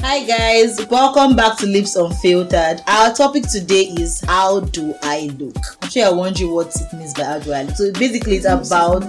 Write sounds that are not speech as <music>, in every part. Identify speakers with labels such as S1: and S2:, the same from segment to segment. S1: Hi guys, welcome back to Lips Unfiltered. Our topic today is how do I look? I'm sure you're wondering what it means by how do I look. So basically, it's about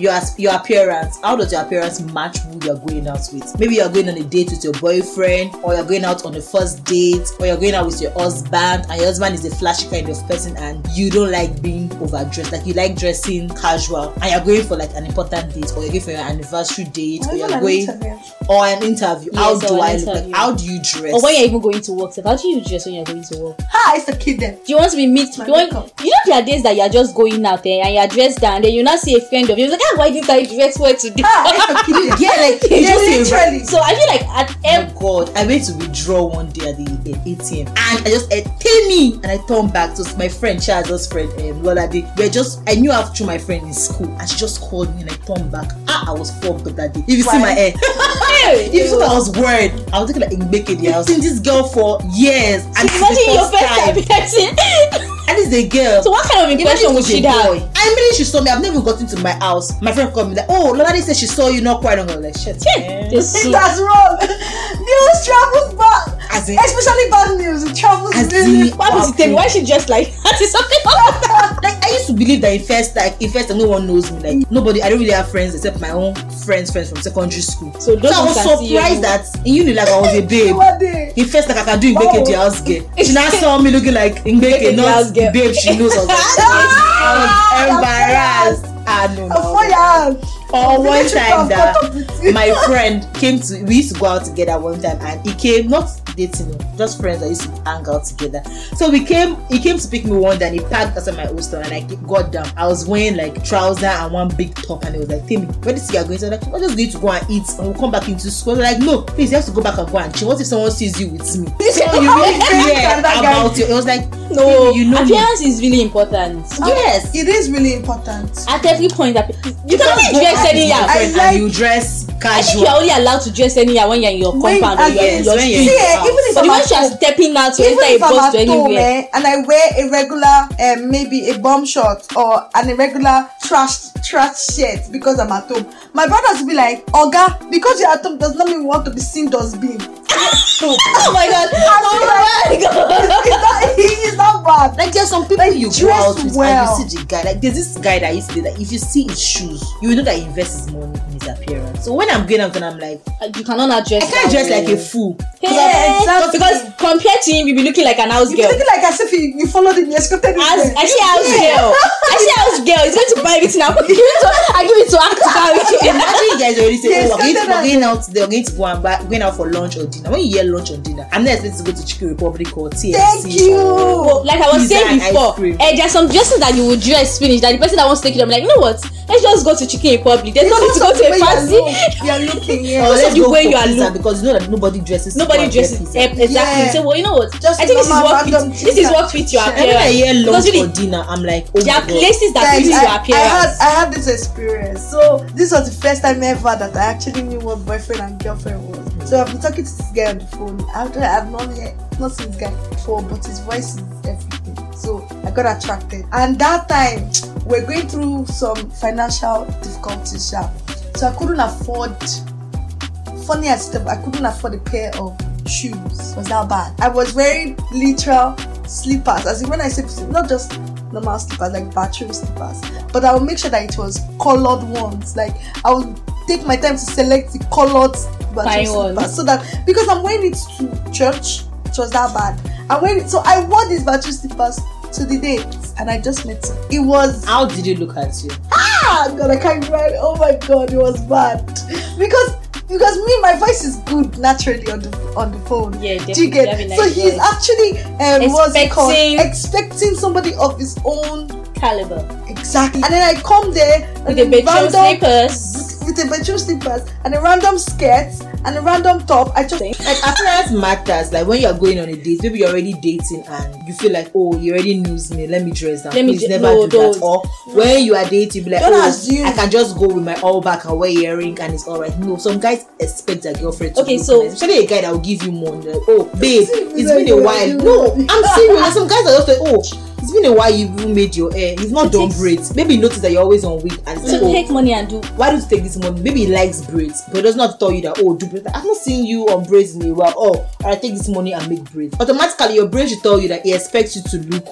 S1: your as- your appearance. How does your appearance match who you're going out with? Maybe you're going on a date with your boyfriend, or you're going out on a first date, or you're going out with your husband, and your husband is a flashy kind of person, and you don't like being overdressed. Like you like dressing casual, and you're going for like an important date, or you're going for your anniversary date, or
S2: Or
S1: you're
S2: even an
S1: going
S2: interview.
S1: or an interview. how
S3: Yes,
S1: do
S3: or an
S1: I look like?
S3: interview.
S1: How do you dress?
S3: Or when you're even going to work, sef, how do you dress when you're going to work?
S2: Ha, it's a kid then.
S3: Do you want to be meet?
S2: My
S3: You, want,
S2: makeup.
S3: you know there are days that you're just going out there and you're dressed down, then you now see a friend of yours like, ah, why didn't I dress well today? <laughs>
S2: Ha, it's a kid then.
S1: Ah, <laughs> yeah, like
S2: Yeah,
S1: just a-
S2: literally.
S3: so I feel like at every
S1: Oh God, I went to withdraw one day at the uh, ATM and I just uh, pay me and I turned back to my friend Charles' friend um, Lola day. We're just I knew her through my friend in school and she just called me and I turned back. Ah, I was fucked up that day. If you see
S2: Why?
S1: my hair, if you
S3: day,
S1: thought I was worried, I was looking like Mbekedi. I've seen this girl for years and this is the
S3: imagine your
S1: first time.
S3: first time person.
S1: And it's a girl.
S3: so what kind of impression
S1: Imagine
S3: would
S1: she's
S3: she
S1: a boy.
S3: have?
S1: I immediately she saw me. I've never even gotten to my house. My friend called me like, "Oh, Lola, they said she saw you not crying." I'm like, "Shit." man."
S3: Just so-
S2: That's wrong. News travels back.
S1: As in,
S2: Especially bad news. It travels
S1: as
S2: really.
S1: in,
S3: Why would you tell me? Why she dressed like that? <laughs> Is something wrong?
S1: Like I used to believe that in first, like in first, time, no one knows me. Like nobody, I don't really have friends except my own friends, friends from secondary school.
S3: So those
S1: so I
S3: who
S1: was
S3: can see
S1: surprised
S3: you.
S1: that in uni, like I was a babe.
S2: What day?
S1: In first, like I can do Mbeke the house girl. She now saw me looking like Mbeke,
S3: Mbeke Oh. the
S1: not
S3: house
S1: the
S3: girl. Ah!
S1: babe. She knows.
S3: <laughs>
S1: I was, like, I was embarrassed. Ah no. no.
S2: For your house.
S1: Or one
S2: Village people
S1: time
S2: have
S1: that
S2: caught up with you.
S1: my friend came to we used to go out together one time and he came not dating him, just friends that used to hang out together so we came he came to pick me one day and he parked outside my hostel and i ke- got down i was wearing like trouser and one big top and he was like tell me where this you're going so i'm like we're just going to go and eat and we'll come back into school I'm like no please you have to go back and go and chill what if someone sees you with me so you really care
S2: That guy.
S1: about you it was like
S3: No,
S1: you know me.
S3: appearance is really important.
S1: yes
S2: It is really important.
S3: At every point, appe- you
S1: Just
S3: cannot
S1: go out
S3: dress
S1: with your
S2: I
S3: anyhow.
S1: friend
S2: like-
S1: and you dress
S3: I think
S1: casual
S3: you are only allowed to dress anyhow when you're in your
S2: When-
S3: compound or
S2: and
S3: you're in
S1: yes,
S3: your
S1: when you're in
S2: See,
S3: street.
S1: your
S2: eh,
S1: house.
S2: even if
S3: So
S2: I'm
S3: the way
S2: at
S3: she
S2: home,
S3: are stepping out to
S2: even
S3: enter a
S2: if
S3: bus
S2: I'm
S3: to
S2: at home
S3: anywhere.
S2: eh, and I wear a regular um, maybe a bomb shot or an irregular trash trash shirt because I'm at home, my brothers will be like, "Oga, because you're at home does not mean you want to be seen dustbin." <laughs> eh.
S3: Oh my god. Oh my god.
S2: It's <laughs> not, it's not bad.
S1: Like there's some people
S2: Like,
S1: you go
S2: dress
S1: out with
S2: well.
S1: and you see the guy. Like there's this guy that I used to be like if you see his shoes, you will know that he invests his money in his appearance. So when I'm going out and I'm like,
S3: You cannot not dress.
S1: I can't
S3: that
S1: dress
S3: way.
S1: like a fool.
S3: Hey,
S2: Exactly.
S3: Because compared to him, you be looking like an house
S2: You be
S3: girl.
S2: looking like as if you, you followed him, you escorted him.
S3: As,
S2: there.
S3: I see house girl. I see house girl. He's going to buy everything.
S2: <laughs>
S3: I give it to. I give it to her to <laughs> carry.
S1: Imagine you guys already say,
S2: Yes,
S1: oh, we're going, we're
S2: something like
S1: going out, they're going to go and buy, going out for lunch or dinner. When you hear lunch or dinner, I'm not expected to go to Chicken Republic or TFC.
S2: Thank you.
S3: Well, like I was
S1: Pizza
S3: saying
S1: and ice
S3: before,
S1: cream.
S3: eh, there are some dresses that you would dress finish. That the person that wants to take it, I'm like, you know what? Let's just go to Chicken Republic. There's no need to go to a party.
S2: You are looking,
S1: Or,
S2: yeah.
S1: or
S3: Because of
S1: let's
S3: the
S1: go
S3: way
S1: for
S3: you are
S1: pizza
S3: look-
S1: because you know that nobody dresses. to go
S3: Nobody
S1: and get
S3: dresses
S1: pizza.
S3: eh, exactly.
S2: Yeah.
S3: So well, you know what?
S2: Just
S3: I think this is
S2: normal
S3: what
S2: random
S3: fit, this is what fits your
S2: t-shirt.
S1: And when I
S3: appearance.
S1: hear lunch
S3: Because really,
S1: or dinner, I'm like, oh
S3: there are
S1: my God.
S3: places <laughs> that
S2: Guys,
S3: fit
S2: I,
S3: your
S2: I had
S3: appearance.
S2: I had this experience. So this was the first time ever that I actually knew what boyfriend and girlfriend was. So I've been talking to this guy on the phone. After I've not heard, not seen this guy before, but his voice is everything. So I got attracted. And that time we're going through some financial difficulties, sha. So I couldn't afford funny as it is, I couldn't afford a pair of shoes. It was that bad. I was wearing literal slippers. As in when I say slippers, not just normal slippers, like bathroom slippers. But I would make sure that it was colored ones. Like I would take my time to select the colored bathroom
S3: Fine ones.
S2: slippers so that because I'm wearing it to church, it was that bad. I wearing it, so I wore these bathroom slippers to the date, and I just met him. It was
S1: How did he look at you?
S2: ah god i can't remember oh my god it was bad because because me my voice is good naturally on the on the phone
S3: Yeah,
S2: Do you
S3: definitely.
S2: get
S3: Have a nice uh,
S2: so he's
S3: voice.
S2: actually um what's it called
S3: Expecting-
S2: expecting somebody of his own
S3: caliber
S2: exactly and then i come there and
S3: with the
S2: a
S3: bedroom
S2: random-
S3: slippers.
S2: with a bedroom slippers and a random skirt and a random top i just
S1: like appearance matters like when you're going on a date maybe you're already dating and you feel like oh you already knows me let me dress down
S3: Let me
S1: please
S3: ju-
S1: never
S3: no,
S1: do that
S3: don't.
S1: or when you are dating be like
S2: Don't
S1: oh
S2: assume.
S1: i can just go with my all back and wear earring and it's all right no some guys expect their girlfriend to
S3: Okay,
S1: look
S3: so-
S1: nice. especially a guy that will give you money like oh babe
S2: See,
S1: it's
S2: like
S1: been a
S2: you are
S1: while
S2: doing
S1: no
S2: that.
S1: i'm serious some guys are just like oh it's been a while you've even made your hair he's not
S3: It
S1: done
S3: takes-
S1: braids maybe he noticed that you're always on wig and he's like,
S3: So
S1: oh,
S3: take money and do.
S1: why don't you take this money maybe he likes braids but does not tell you that oh do braids i've not seen you on braids in a while oh i take this money and make braids automatically your brain should tell you that he expects you to look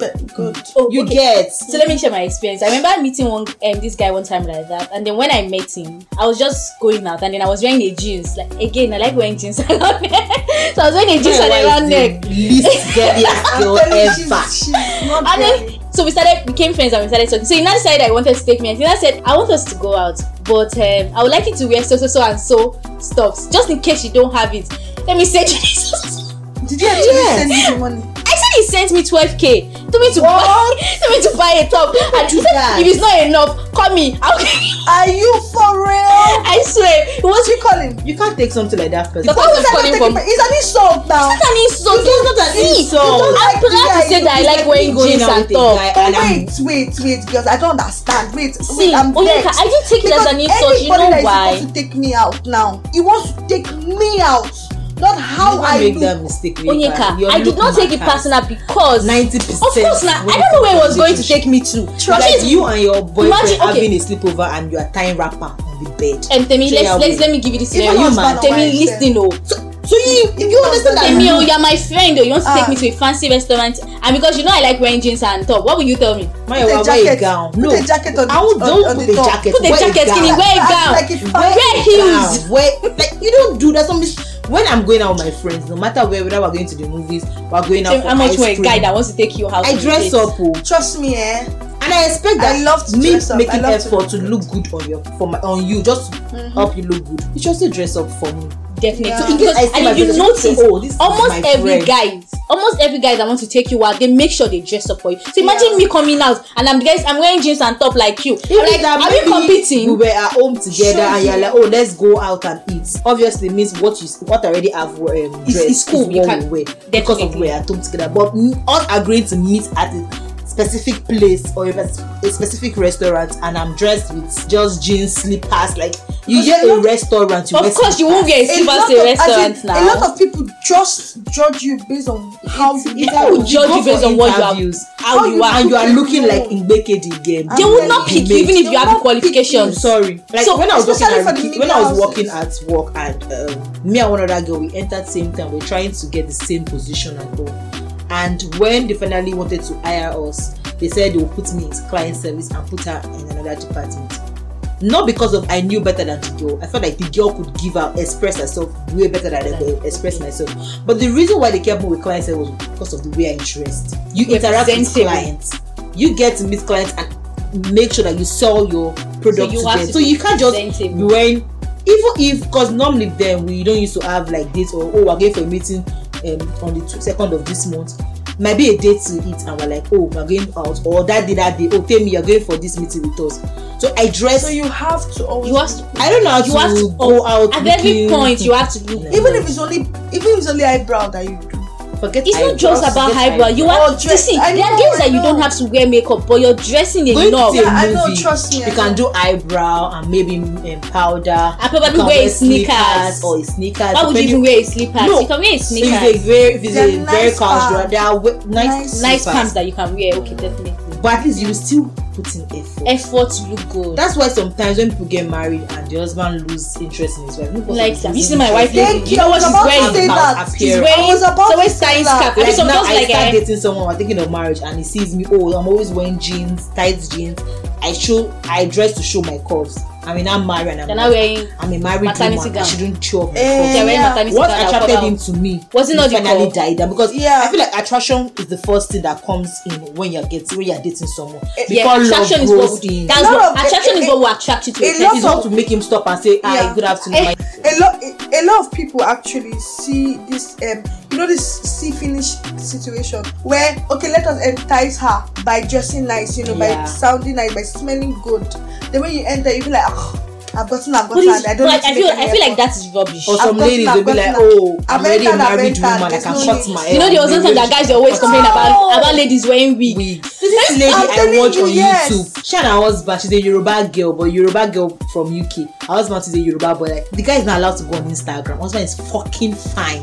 S2: But good.
S3: Oh,
S1: you
S3: okay.
S1: get
S3: So let me share my experience. I remember meeting one um, this guy one time like that, and then when I met him, I was just going out, and then I was wearing a jeans. Like again, I like wearing jeans <laughs> around neck. so I was wearing a jeans and a round neck. <laughs>
S1: least girliest
S2: I'm
S1: girl
S2: telling you,
S1: ever
S2: she's, she's not
S3: And
S2: there.
S3: then so we started became friends and we started talking. So he now decided I wanted to take me. And he now said I want us to go out, but um, I would like you to wear so so so and so stuffs just in case you don't have it. Let me send you this. <laughs>
S2: Did you actually
S1: Yes.
S2: send me the money?
S3: I said he sent me 12k. Told me to buy, <laughs> told me to buy a top. And he
S1: do
S3: said,
S1: that?
S3: if it's not enough, call me. <laughs> I'll
S2: Are you for real?
S3: I swear, it was
S2: She call him.
S1: you can't take something like that first
S3: The
S2: Why
S3: person
S2: would I not
S3: calling
S2: take
S3: from-
S2: it? It's an insult now.
S3: not an insult.
S1: It's not an
S3: See,
S1: insult.
S2: You don't
S3: I'm
S2: like
S3: proud
S2: the
S3: to say
S2: guy.
S3: that I
S1: It's
S3: like wearing
S1: going
S3: jeans
S1: out
S3: and
S1: with a guy
S3: top.
S2: Oh,
S1: and I'm-
S2: wait, wait, wait, girls. I don't understand. Wait, wait,
S3: See,
S2: I'm
S3: Onyeka,
S2: vexed.
S3: I didn't take it as an
S2: Because
S3: insult. You
S2: anybody
S3: know
S2: that
S3: why?
S2: Is supposed to take me out now. He wants to take me out, not how
S1: Never
S2: I
S1: make
S2: look.
S1: that mistake
S3: Onyeka, I did not take it personal because.
S1: ninety percent
S3: Of course, now I don't know where it was going to take me to.
S1: like
S3: Trust me.
S1: you and your boyfriend
S3: Imagine- okay.
S1: having a sleepover and you are tying wrapper on the bed
S3: And um, Temi,
S1: Say I
S3: let's,
S1: will.
S3: let's let me give you this
S1: Even your
S3: scenario.
S1: man.
S3: Temi, listen, oh.
S1: so you you,
S2: You
S1: understand that
S3: Temi,
S2: Mhm.
S3: oh, you're my friend, oh. You want to
S2: Ah.
S3: take me to a fancy restaurant, and because you know I like wearing jeans and top, what will you tell me?
S1: my
S2: Put a
S1: wife wear a
S2: jacket.
S1: gown
S2: Put
S1: no
S2: a jacket on.
S1: I won't
S2: on-
S1: don't
S2: on
S1: put a
S2: the top.
S1: jacket
S3: Put a
S1: wear
S3: jacket,
S1: gown.
S3: skinny, wear a
S2: Act
S3: gown.
S2: Like it's
S1: wear
S2: fine.
S3: Wear heels.
S1: gown, wear like you don't do that some when I'm going out with my friends no matter where whether we're going to the movies we're going out
S3: Temi,
S1: for
S3: How much
S1: ice
S3: for a
S1: cream.
S3: guy that wants to take you out?
S1: I
S3: on a
S1: dress
S3: date?
S1: up oh
S2: Trust me, eh?
S1: and I expect that
S2: I love to
S1: me
S2: dress up. I
S1: making
S2: love to
S1: effort to,
S2: look
S1: look good on your for my on you just
S2: Mhm.
S1: help you look good. You should also dress up for me.
S3: Definitely.
S2: Yeah.
S3: So
S2: In
S1: case
S3: because
S1: I see my
S3: and you
S1: brother,
S3: notice
S1: oh, this is
S3: almost
S1: my
S3: every
S1: friend.
S3: guy, almost every guy that wants to take you out, they make sure they dress up for you. So imagine
S2: Yeah.
S3: me coming out and I'm guys, I'm wearing jeans and top like you. I'm like, are we
S1: maybe We
S3: competing?
S1: were at home together,
S2: Sure.
S1: and you're like, "Oh, let's go out and eat." Obviously, means what you what I already have were um,
S3: It's-
S1: dressed
S3: it's cool,
S1: is
S3: you
S1: what
S3: can-
S1: we wear because of
S3: definitely.
S1: we're at home together. But m- us agreeing to meet at a specific place or a, spec- a specific restaurant, and I'm dressed with just jeans, slippers. Like you
S2: Because
S1: get
S2: you
S1: a
S2: know-
S1: restaurant, you
S3: Of
S1: wear
S3: course, you won't
S1: slippers.
S3: get a
S2: A
S3: silver
S2: lot
S3: say
S2: of- as in,
S3: restaurant
S2: A lot
S3: now.
S2: of people just judge you based on how you
S1: It's
S3: People
S1: how
S3: will
S1: you
S3: judge
S1: go
S3: you based
S1: for
S3: on what you are-
S1: interviews,
S3: how you are.
S1: and you are
S2: People
S1: looking
S2: know.
S1: like Ngbekedi again.
S2: They
S3: They will not
S2: They
S3: pick you even if
S2: will
S3: you have
S2: not
S3: the
S1: I'm
S3: qualifications.
S1: Mm, sorry. Like
S3: So,
S1: so, when I was working
S2: especially for
S1: at
S2: the
S1: Ricky-
S2: middle
S1: when I was
S2: houses.
S1: working at work and um, me and one other girl we entered same time. We're trying to get the same position and all. And when they finally wanted to hire us, they said they will put me in client service and put her in another department. Not because of I knew better than the girl. I felt like the girl could give out express herself way better than I could express myself. But the reason why they kept me with clients was because of the way I interest. You interact with
S3: Representative.
S1: clients. You get to meet clients and make sure that you sell your product
S3: So you
S1: to
S3: have
S1: them.
S3: to
S1: so
S3: be
S1: you can't just be
S3: presentable.
S1: wearing even if because normally then we don't used to have like this or oh we're going for a meeting um, on the tw- second of this month might be a date to eat and we're like oh we're going out or that day that day oh tell me you're going for this meeting with us so I dress
S2: So you have to always.
S3: You have to-
S1: I don't know how
S3: you
S1: to,
S3: have to-
S1: go out
S3: At every
S1: looking-
S3: point, you have to look.
S1: Yeah.
S2: even if it's only even if it's only eyebrow that you do.
S1: forget
S3: It's not
S1: eyebrows,
S3: just about
S1: forget
S3: highbrow. You
S2: eyebrows. Or
S3: are
S2: dress-
S3: dressing.
S2: I
S3: There are
S2: know,
S3: days
S2: I
S3: that you don't
S2: know.
S3: have to wear makeup, but you're dressing
S1: Going
S3: enough.
S1: to see a
S2: Yeah, I know,
S1: movie,
S2: trust me, I
S1: You can
S2: know.
S1: do eyebrow and maybe um, powder.
S3: I probably
S1: You can
S3: wear sneakers.
S1: or a sneaker.
S3: Why would you even wear a slippers?
S1: No.
S3: You can wear a
S1: So if
S3: sneaker.
S1: it's a very, if it's
S2: They're
S1: a very
S2: nice
S1: casual,
S2: pants.
S1: they are we- nice,
S2: Nice-
S3: Nice
S1: slippers.
S3: pants that you can wear. Okay, definitely.
S1: But at least you still put in effort.
S3: Effort to look good.
S1: That's why sometimes when people get married and the husband lose interest in his wife, no person
S3: Like,
S1: loses
S3: have you seen my
S1: interest.
S3: wife lately?
S2: Thank
S3: You
S2: you.
S3: know
S2: I
S3: what
S2: was
S3: she's
S2: about
S1: wearing?
S2: to say
S1: About
S2: that.
S1: appearance.
S2: I was about
S3: it's
S2: to
S3: always
S2: say
S3: tying
S2: that.
S3: scarf. I mean,
S1: Like
S3: some
S1: now,
S3: girls
S1: I
S3: like
S1: start
S3: eh,
S1: dating someone, I'm thinking of marriage, and he sees me. Oh, I'm always wearing jeans, tight jeans. I show, I dress to show my curves. I mean, I'm married, and I'm,
S3: they're not
S1: like,
S3: wearing.
S1: I'm a married
S3: maternity
S1: woman. I
S3: gown.
S1: shouldn't show off my
S2: Eh,
S1: curves.
S3: They're wearing
S2: Yeah.
S3: maternity
S1: What
S3: gown.
S1: attracted
S3: I'll
S1: him
S3: cover
S1: to me
S3: Was it
S1: he
S3: not the
S1: finally
S3: curve?
S1: died down because
S2: Yeah.
S1: I feel like attraction is the first thing that comes in when you're getting when you're dating someone.
S2: Eh,
S1: Before
S3: Yeah, attraction
S1: love
S3: is
S1: grows
S3: what.
S1: in.
S3: That's
S2: No,
S3: what
S2: no,
S3: attraction
S2: it-
S3: is
S2: it-
S3: what will attract you to.
S2: it
S1: That
S3: a person.
S1: is
S2: Lots of-
S1: what to make him stop and say, "Hi,
S2: Yeah.
S1: good afternoon."
S3: Eh.
S1: my
S2: a lot a, a lot of people actually see this um you know this see finish situation where okay let us entice her by dressing nice you know
S1: Yeah.
S2: by sounding nice by smelling good then when you enter you be like oh, i've gotten i've
S3: But
S2: gotten
S3: it's-
S2: i don't
S3: but
S2: need to
S3: I
S2: make
S3: feel
S2: any
S3: I feel like
S2: effort."
S3: that is rubbish.
S1: Or some
S2: I've gotten-
S1: ladies will
S2: I've
S1: be like,
S2: gotten-
S1: "Oh, I'm
S2: I've
S1: already a
S2: entered, I've
S1: married
S2: entered,
S1: woman. I
S2: there's
S1: can
S2: no
S1: cut
S2: need."
S1: my hair."
S3: You know, there
S1: on
S3: was one time
S1: the
S3: that
S1: way
S3: guys they always
S1: she
S3: complain about
S2: No.
S3: about ladies wearing
S1: cut
S3: wig.
S1: wig. So This lady
S2: I'm
S1: I
S2: telling
S1: watch
S2: you,
S1: on
S2: yes.
S1: YouTube. She and her husband. She's a Yoruba girl, but Yoruba girl from UK. Her husband is a Yoruba boy. Like the guy is not allowed to go on Instagram. Her husband is fucking fine.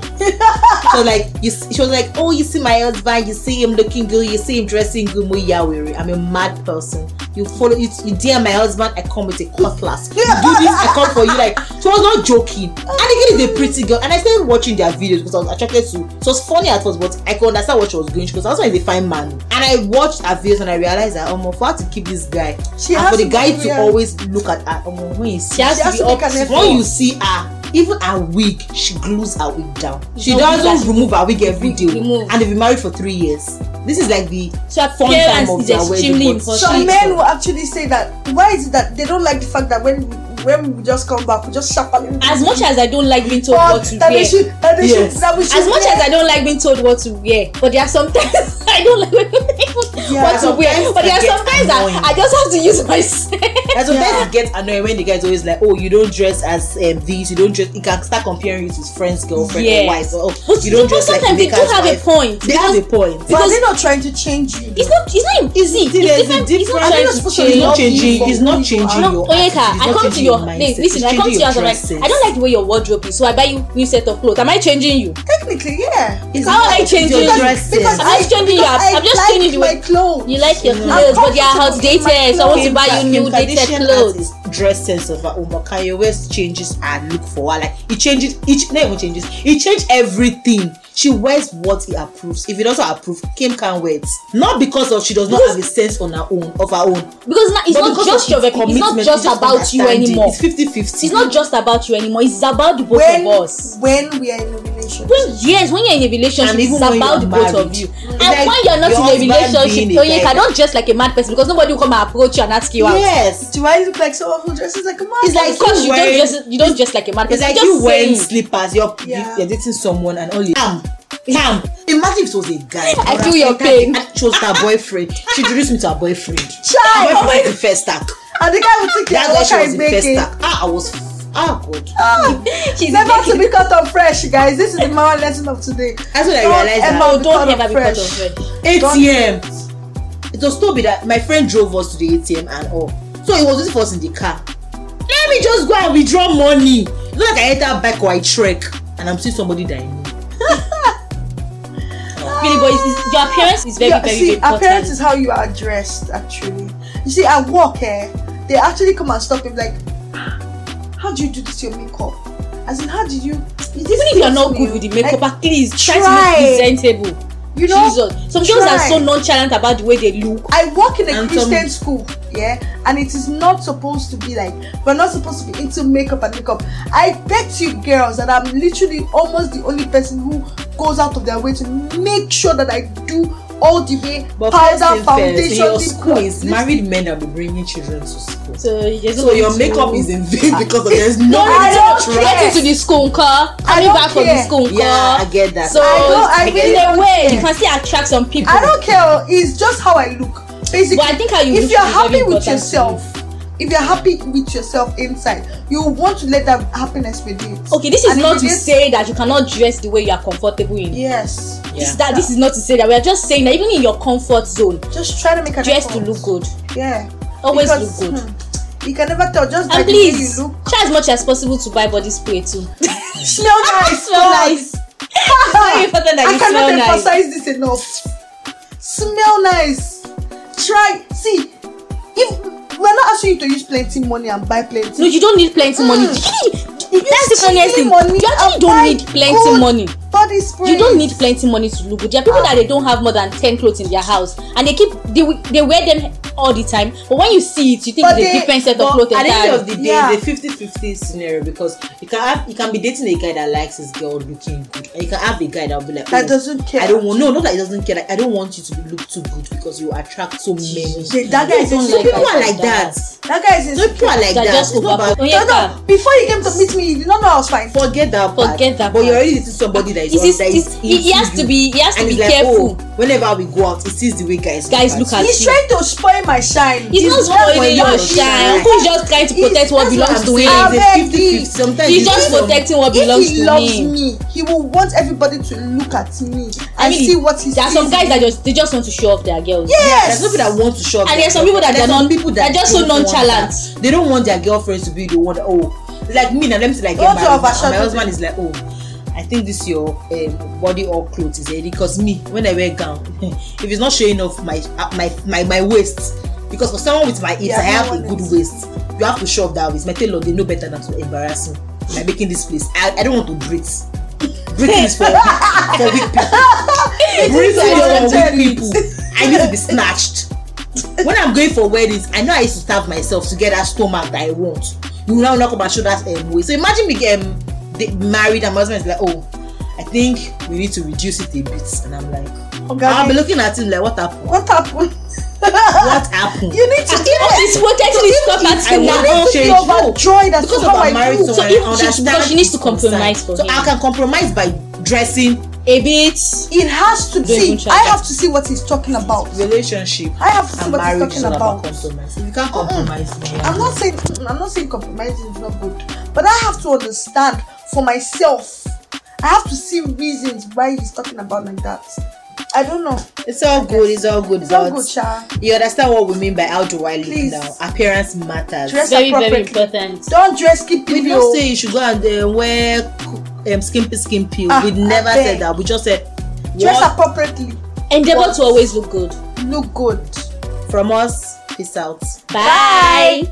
S1: so like you, s- she was like, oh, you see my husband, you see him looking good, you see him dressing good. Mo yawere. I'm a mad person. You follow you, you DM my husband, I come with a cutlass. You do this, I come for you. Like she was not joking. And again, is a pretty girl, and I started watching their videos because I was attracted to. So it's funny at first, but I could understand what she was doing. She was also is a fine man, and I watched her videos and I realized that oh, for her to keep this guy,
S2: She
S1: and
S2: has
S1: for the
S2: to
S1: guy
S2: be
S1: to
S2: real.
S1: always look at her. Oh, when you see
S3: She has
S2: She
S3: to
S2: has
S3: be
S2: to
S3: up
S2: make an
S3: to-
S2: effort.
S1: when you see her even her wig she glues her wig down she
S3: Her wig that
S1: doesn't
S3: she-
S1: remove her wig every day
S3: Remove.
S1: and they've been married for three years this is like the
S3: So
S1: fun time
S3: appearance
S1: of
S3: is
S1: their wedding
S3: extremely
S1: but
S3: important.
S1: she-
S2: Some men will actually say that why is it that they don't like the fact that when when we just come back we just sharply
S3: As much as I don't like being told
S2: Oh,
S3: what to
S2: that
S3: wear,
S2: they should, that they
S1: Yes.
S2: should, that we should
S3: as much
S2: wear.
S3: as I don't like being told what to wear, but there are sometimes <laughs> I don't like when people
S2: Yeah.
S3: <laughs> what to wear.
S1: Sometimes it
S3: But there are
S1: gets
S3: sometimes that
S1: annoying.
S3: I just have to use <laughs> my sense.
S1: and sometimes it gets annoying when the guy is always like oh you don't dress as um, this you don't dress he can start comparing it to his friend's girlfriend
S3: Yes.
S1: or wife or, oh
S3: But
S1: you don't dress like
S3: sometimes they do
S1: Emeka's
S3: have a
S1: wife."
S3: point.
S1: they have a point
S2: but are
S3: because-
S2: they not trying to change you?
S3: It's not. It's not. It's, it's,
S1: there's a
S3: different. It's
S1: difference. I think
S3: not
S2: it's
S3: trying to
S2: supposed to be
S1: it's not
S2: love you
S1: changing
S2: for
S1: it's not
S2: who you
S1: changing
S2: are.
S3: No,
S1: your attitude,
S3: Onyeka,
S1: it's
S3: I
S1: not
S3: come to
S1: changing
S3: your
S1: mindset,
S3: name.
S1: it's
S3: Listen, I come to
S1: changing
S3: you
S1: your
S3: as I'm like,
S1: dresses.
S3: I don't like the way your wardrobe is, so I buy you new set of clothes. Am I changing you?
S2: Technically, yeah.
S1: It's
S3: How
S1: not-
S3: I
S1: it's
S3: change
S1: your
S3: it? Because-
S1: dresses.
S2: because
S3: I'm just changing you
S2: because I
S3: up. I'm just
S2: like
S3: changing you
S2: my
S3: up.
S2: clothes.
S3: You like your
S1: I'm
S3: clothes, but they are
S2: comfortable with my
S3: outdated, so I want to buy you
S1: Kim
S3: new dated
S1: Kardashian
S3: clothes.
S1: has his dress sense of uh, her own, but Kanye West changes and look for her. Like he changes each not even changes. He changed everything. She wears what he approves. If he doesn't approve, Kim can't wear it. Not because of she does not have a sense on her own of her own.
S3: Because now it's
S1: but
S3: not
S1: because
S3: just
S1: of
S3: your
S1: his
S3: record. It's not
S1: commitment,
S3: just
S1: his
S3: about you
S1: understanding.
S3: anymore.
S1: It's 50 50.
S3: It's not just about you anymore. It's about the both
S2: when,
S3: of us.
S2: when we are in a relationship.
S3: When, yes, when you're in a relationship,
S1: And even
S3: it's
S1: when you
S3: about
S1: are
S3: the both of
S1: married.
S3: you. And
S1: Like,
S3: when you're not
S1: your
S3: in a
S1: husband
S3: relationship,
S1: being a
S3: Onyeka,
S1: guy.
S3: don't dress like a mad person because nobody will come and approach you and ask you out.
S1: Yes.
S2: Do I look like someone who dresses like a man?
S1: It's like
S3: Of course, you
S1: wearing-
S3: don't just you don't dress like a mad
S1: It's
S3: person.
S1: like
S3: just
S1: you wearing
S3: saying.
S1: slippers, you're,
S2: Yeah.
S1: you're dating someone and only Damn. Damn. Imagine if it was a guy.
S3: I
S1: Or
S3: feel
S1: a
S3: your
S1: guy
S3: pain.
S1: that Chose her boyfriend. She introduced me to her boyfriend.
S2: Child.
S1: Her boyfriend is the first stack.
S2: and the guy will think
S1: That's
S2: that
S1: why
S2: what
S1: she was
S2: I'm
S1: the first
S2: making.
S1: stack. Ah, I was. f- Ah, God.
S3: She's
S2: Never to be cut off fresh, guys. This is the moral lesson of today.
S1: That's what I
S2: Don't
S1: realized that-
S2: ever
S3: No,
S2: be
S3: don't
S2: cut off
S3: ever be cut
S2: fresh.
S3: off red.
S1: 8
S2: Don't-
S1: a.m. It was told me that my friend drove us to the ATM and all. So it was just for us in the car. Let me just go and withdraw money. It's not like I enter back or I trek and I'm seeing somebody that I know.
S3: Really, but it's, it's, your appearance is very,
S2: Yeah,
S3: very,
S2: see,
S3: very important.
S2: appearance is how you are dressed, actually. You see, at work, eh, they actually come and stop him like, how do you do this to your makeup? As in, how did you? is this
S3: Even if you're
S2: things
S3: not
S2: to
S3: good
S2: you?
S3: with the makeup,
S2: Like,
S3: at least try,
S2: try.
S3: to look presentable.
S2: you know,
S3: Jesus. Some girls are
S2: try.
S3: so nonchalant about the way they look.
S2: I work in a
S1: And some-
S2: Christian school, yeah, and it is not supposed to be like we're not supposed to be into makeup and makeup. I bet you girls that I'm literally almost the only person who goes out of their way to make sure that I do all the way
S1: But
S2: powder,
S1: first thing first,
S2: foundation,
S1: your
S2: lip
S1: school is
S2: gloss,
S1: married men that will be bringing children to school.
S3: So, there's
S1: So
S3: no
S1: your
S3: need
S1: makeup
S3: to-
S1: is in vain because of there's no
S3: No, <laughs>
S2: I
S3: I
S2: don't
S3: don't
S2: care.
S3: get into the school car. Coming
S2: don't
S3: back from the
S2: care.
S3: school car.
S1: Yeah, I get that.
S3: So
S2: I don't- I really
S3: in
S2: don't
S3: a way,
S2: care.
S3: you can still attract some people.
S2: I don't care. It's just how I look. Basically,
S3: But I think how you
S2: if
S3: look
S2: you're
S3: is very
S2: happy with
S3: important
S2: yourself, if you're happy with yourself inside, you want to let that happiness radiate.
S3: Okay, this is
S2: And
S3: not
S2: it
S3: to
S2: radiates-
S3: say that you cannot dress the way you are comfortable in.
S2: Yes,
S3: This, that, this is not to say that. We are just saying that even in your comfort zone,
S2: just try to make an
S3: dress to
S2: effort.
S3: look good.
S2: Yeah,
S3: Always
S2: Because,
S3: look good.
S2: hmm, you can never tell. Just by
S3: And
S2: the way
S3: please,
S2: you look,
S3: try as much as possible to buy body spray too.
S2: <laughs> smell nice.
S3: smell
S2: God.
S3: nice. <laughs> very important that
S2: I
S3: you
S2: cannot
S3: smell nice.
S2: emphasize this enough. Smell nice. Try see if we're not asking you to use plenty money and buy plenty.
S3: No, you don't need plenty money.
S2: Mm.
S3: That's the funniest
S2: Plenty
S3: thing.
S2: money
S3: You actually
S2: and
S3: don't
S2: buy
S3: need plenty
S2: good
S3: money.
S2: Body spray.
S3: You don't need plenty money to look good. There are people
S2: Ah.
S3: that they don't have more than ten clothes in their house, and they keep they wi- they wear them all the time. But when you see it, you think
S2: But
S3: it's a
S2: they-
S3: different set of
S1: But
S3: clothes
S1: at the end of
S3: entirely.
S1: the day,
S2: Yeah.
S1: it's a 50 50 scenario because you can have you can be dating a guy that likes his girl looking good, and you can have a guy that will be like,
S2: That
S1: "Oh,
S2: doesn't care.
S1: I don't want no, not that he doesn't care. Like, I don't want you to be- look too good because you attract so many.
S2: They- that guy
S1: Yes,
S2: is a
S1: so
S2: stupid
S1: people
S2: one.
S1: are like that.
S2: That guy is.
S1: No
S2: insecure.
S1: people are like
S3: They're
S1: that.
S3: just
S1: It's not
S3: over-
S1: about-
S3: Oh, yeah.
S2: No, no. Before he came to meet me, he did not know I was fine.
S1: Forget that. part.
S3: Forget that
S1: But you're
S3: part.
S1: already dating somebody that is.
S3: It is-
S1: that is
S3: it- he- he
S1: into
S3: has to
S1: you.
S3: be- he has to
S1: And
S3: be
S1: he's like,
S3: careful.
S1: "Oh, whenever we go out, it sees the way guys
S3: Guys look at
S2: He's
S3: you.
S2: trying to spoil my shine.
S3: It's not
S1: It's
S3: small
S1: not
S3: even
S1: when
S3: your
S1: you're
S3: shine.
S1: shy.
S3: Who's just trying to
S2: It's-
S3: protect what
S2: that's
S3: belongs
S2: what
S3: to
S2: I'm
S1: It's
S2: saying.
S3: him?
S1: a 50-50. Sometimes
S3: He's
S1: you don't
S3: just
S1: know.
S3: protecting what belongs
S2: If he
S3: to
S2: loves
S3: him.
S2: me, he will want everybody to look at me
S3: I
S2: and
S3: mean,
S2: see what he
S3: There are
S2: sees.
S3: some guys that just they just want to show off their girls.
S2: Yes.
S1: There's people that want to show up
S3: And
S1: their
S3: there's some people
S1: girlfriend.
S3: that they're
S1: There's some
S3: non-
S1: people that
S3: they're just so
S1: don't want
S3: nonchalant.
S1: that. They don't want their girlfriends to be the one. that, Oh, like me now. Let me say like
S2: Don't
S1: get married now,
S2: overshadow
S1: and my husband is like, oh, I think this your um, body or clothes is ready. Cause me, when I wear gown, <laughs> if it's not showing off my uh, my my my waist, because for someone with my age,
S2: Yeah,
S1: I have a
S2: someone
S1: good
S2: is-
S1: waist. You have to show off that waist. My tailor, they know better than to embarrass me by making this place. I, I don't want to breathe. Breathing is for
S2: <laughs>
S1: for weak
S3: <laughs>
S1: people. Breathing is for weak people. I need to be snatched. when I'm going for weddings, I know I used to starve myself to get that stomach that I want. You now knock on my shoulders um, weight. So imagine me get um, they- married and my husband is like, oh, I think we need to reduce it a bit. And I'm like, I'll be
S2: Oga,
S1: looking at him like, what happened?
S2: Oh, what <laughs> happened?
S1: What happened?
S2: you need to
S3: Ah, All
S2: get
S3: this work actually stop at
S1: I
S3: him.
S1: want
S3: now.
S1: to change. No,
S2: overjoyed as
S1: because
S2: to
S1: of
S2: how
S1: our
S2: I
S1: marriage,
S2: do.
S1: so,
S3: So
S1: I
S3: if she-
S1: understand.
S3: because she needs to
S1: his concern.
S3: compromise for
S1: so
S3: him.
S1: I can compromise by dressing
S3: A bit.
S2: It has to
S3: Don't even
S2: see.
S3: try
S2: I
S3: that.
S2: have to see what he's talking about.
S1: relationship.
S2: I have to see
S1: and
S2: what he's
S1: marriage is
S2: talking
S1: all about
S2: about.
S1: compromise. If you can't compromise, then
S2: I'm not saying I'm not saying compromising is not good, but I have to understand for myself. I have to see reasons why he's talking about like that. I don't know.
S1: It's all good. It's all good.
S2: It's not
S1: but
S2: good, Sha.
S1: You understand what we mean by how do I look
S2: Please.
S1: now? Appearance matters.
S2: Dress
S3: Very, very
S2: appropriately.
S3: important.
S2: Don't dress keep
S1: we
S2: video.
S1: don't say you should go and uh, wear um, skimpy skimpy.
S2: Ah,
S1: we never
S2: I
S1: said
S2: beg.
S1: that. We just said
S2: Dress
S1: what
S2: appropriately.
S3: Endeavor to always look good.
S2: Look good.
S1: from us. Peace out.
S3: Bye.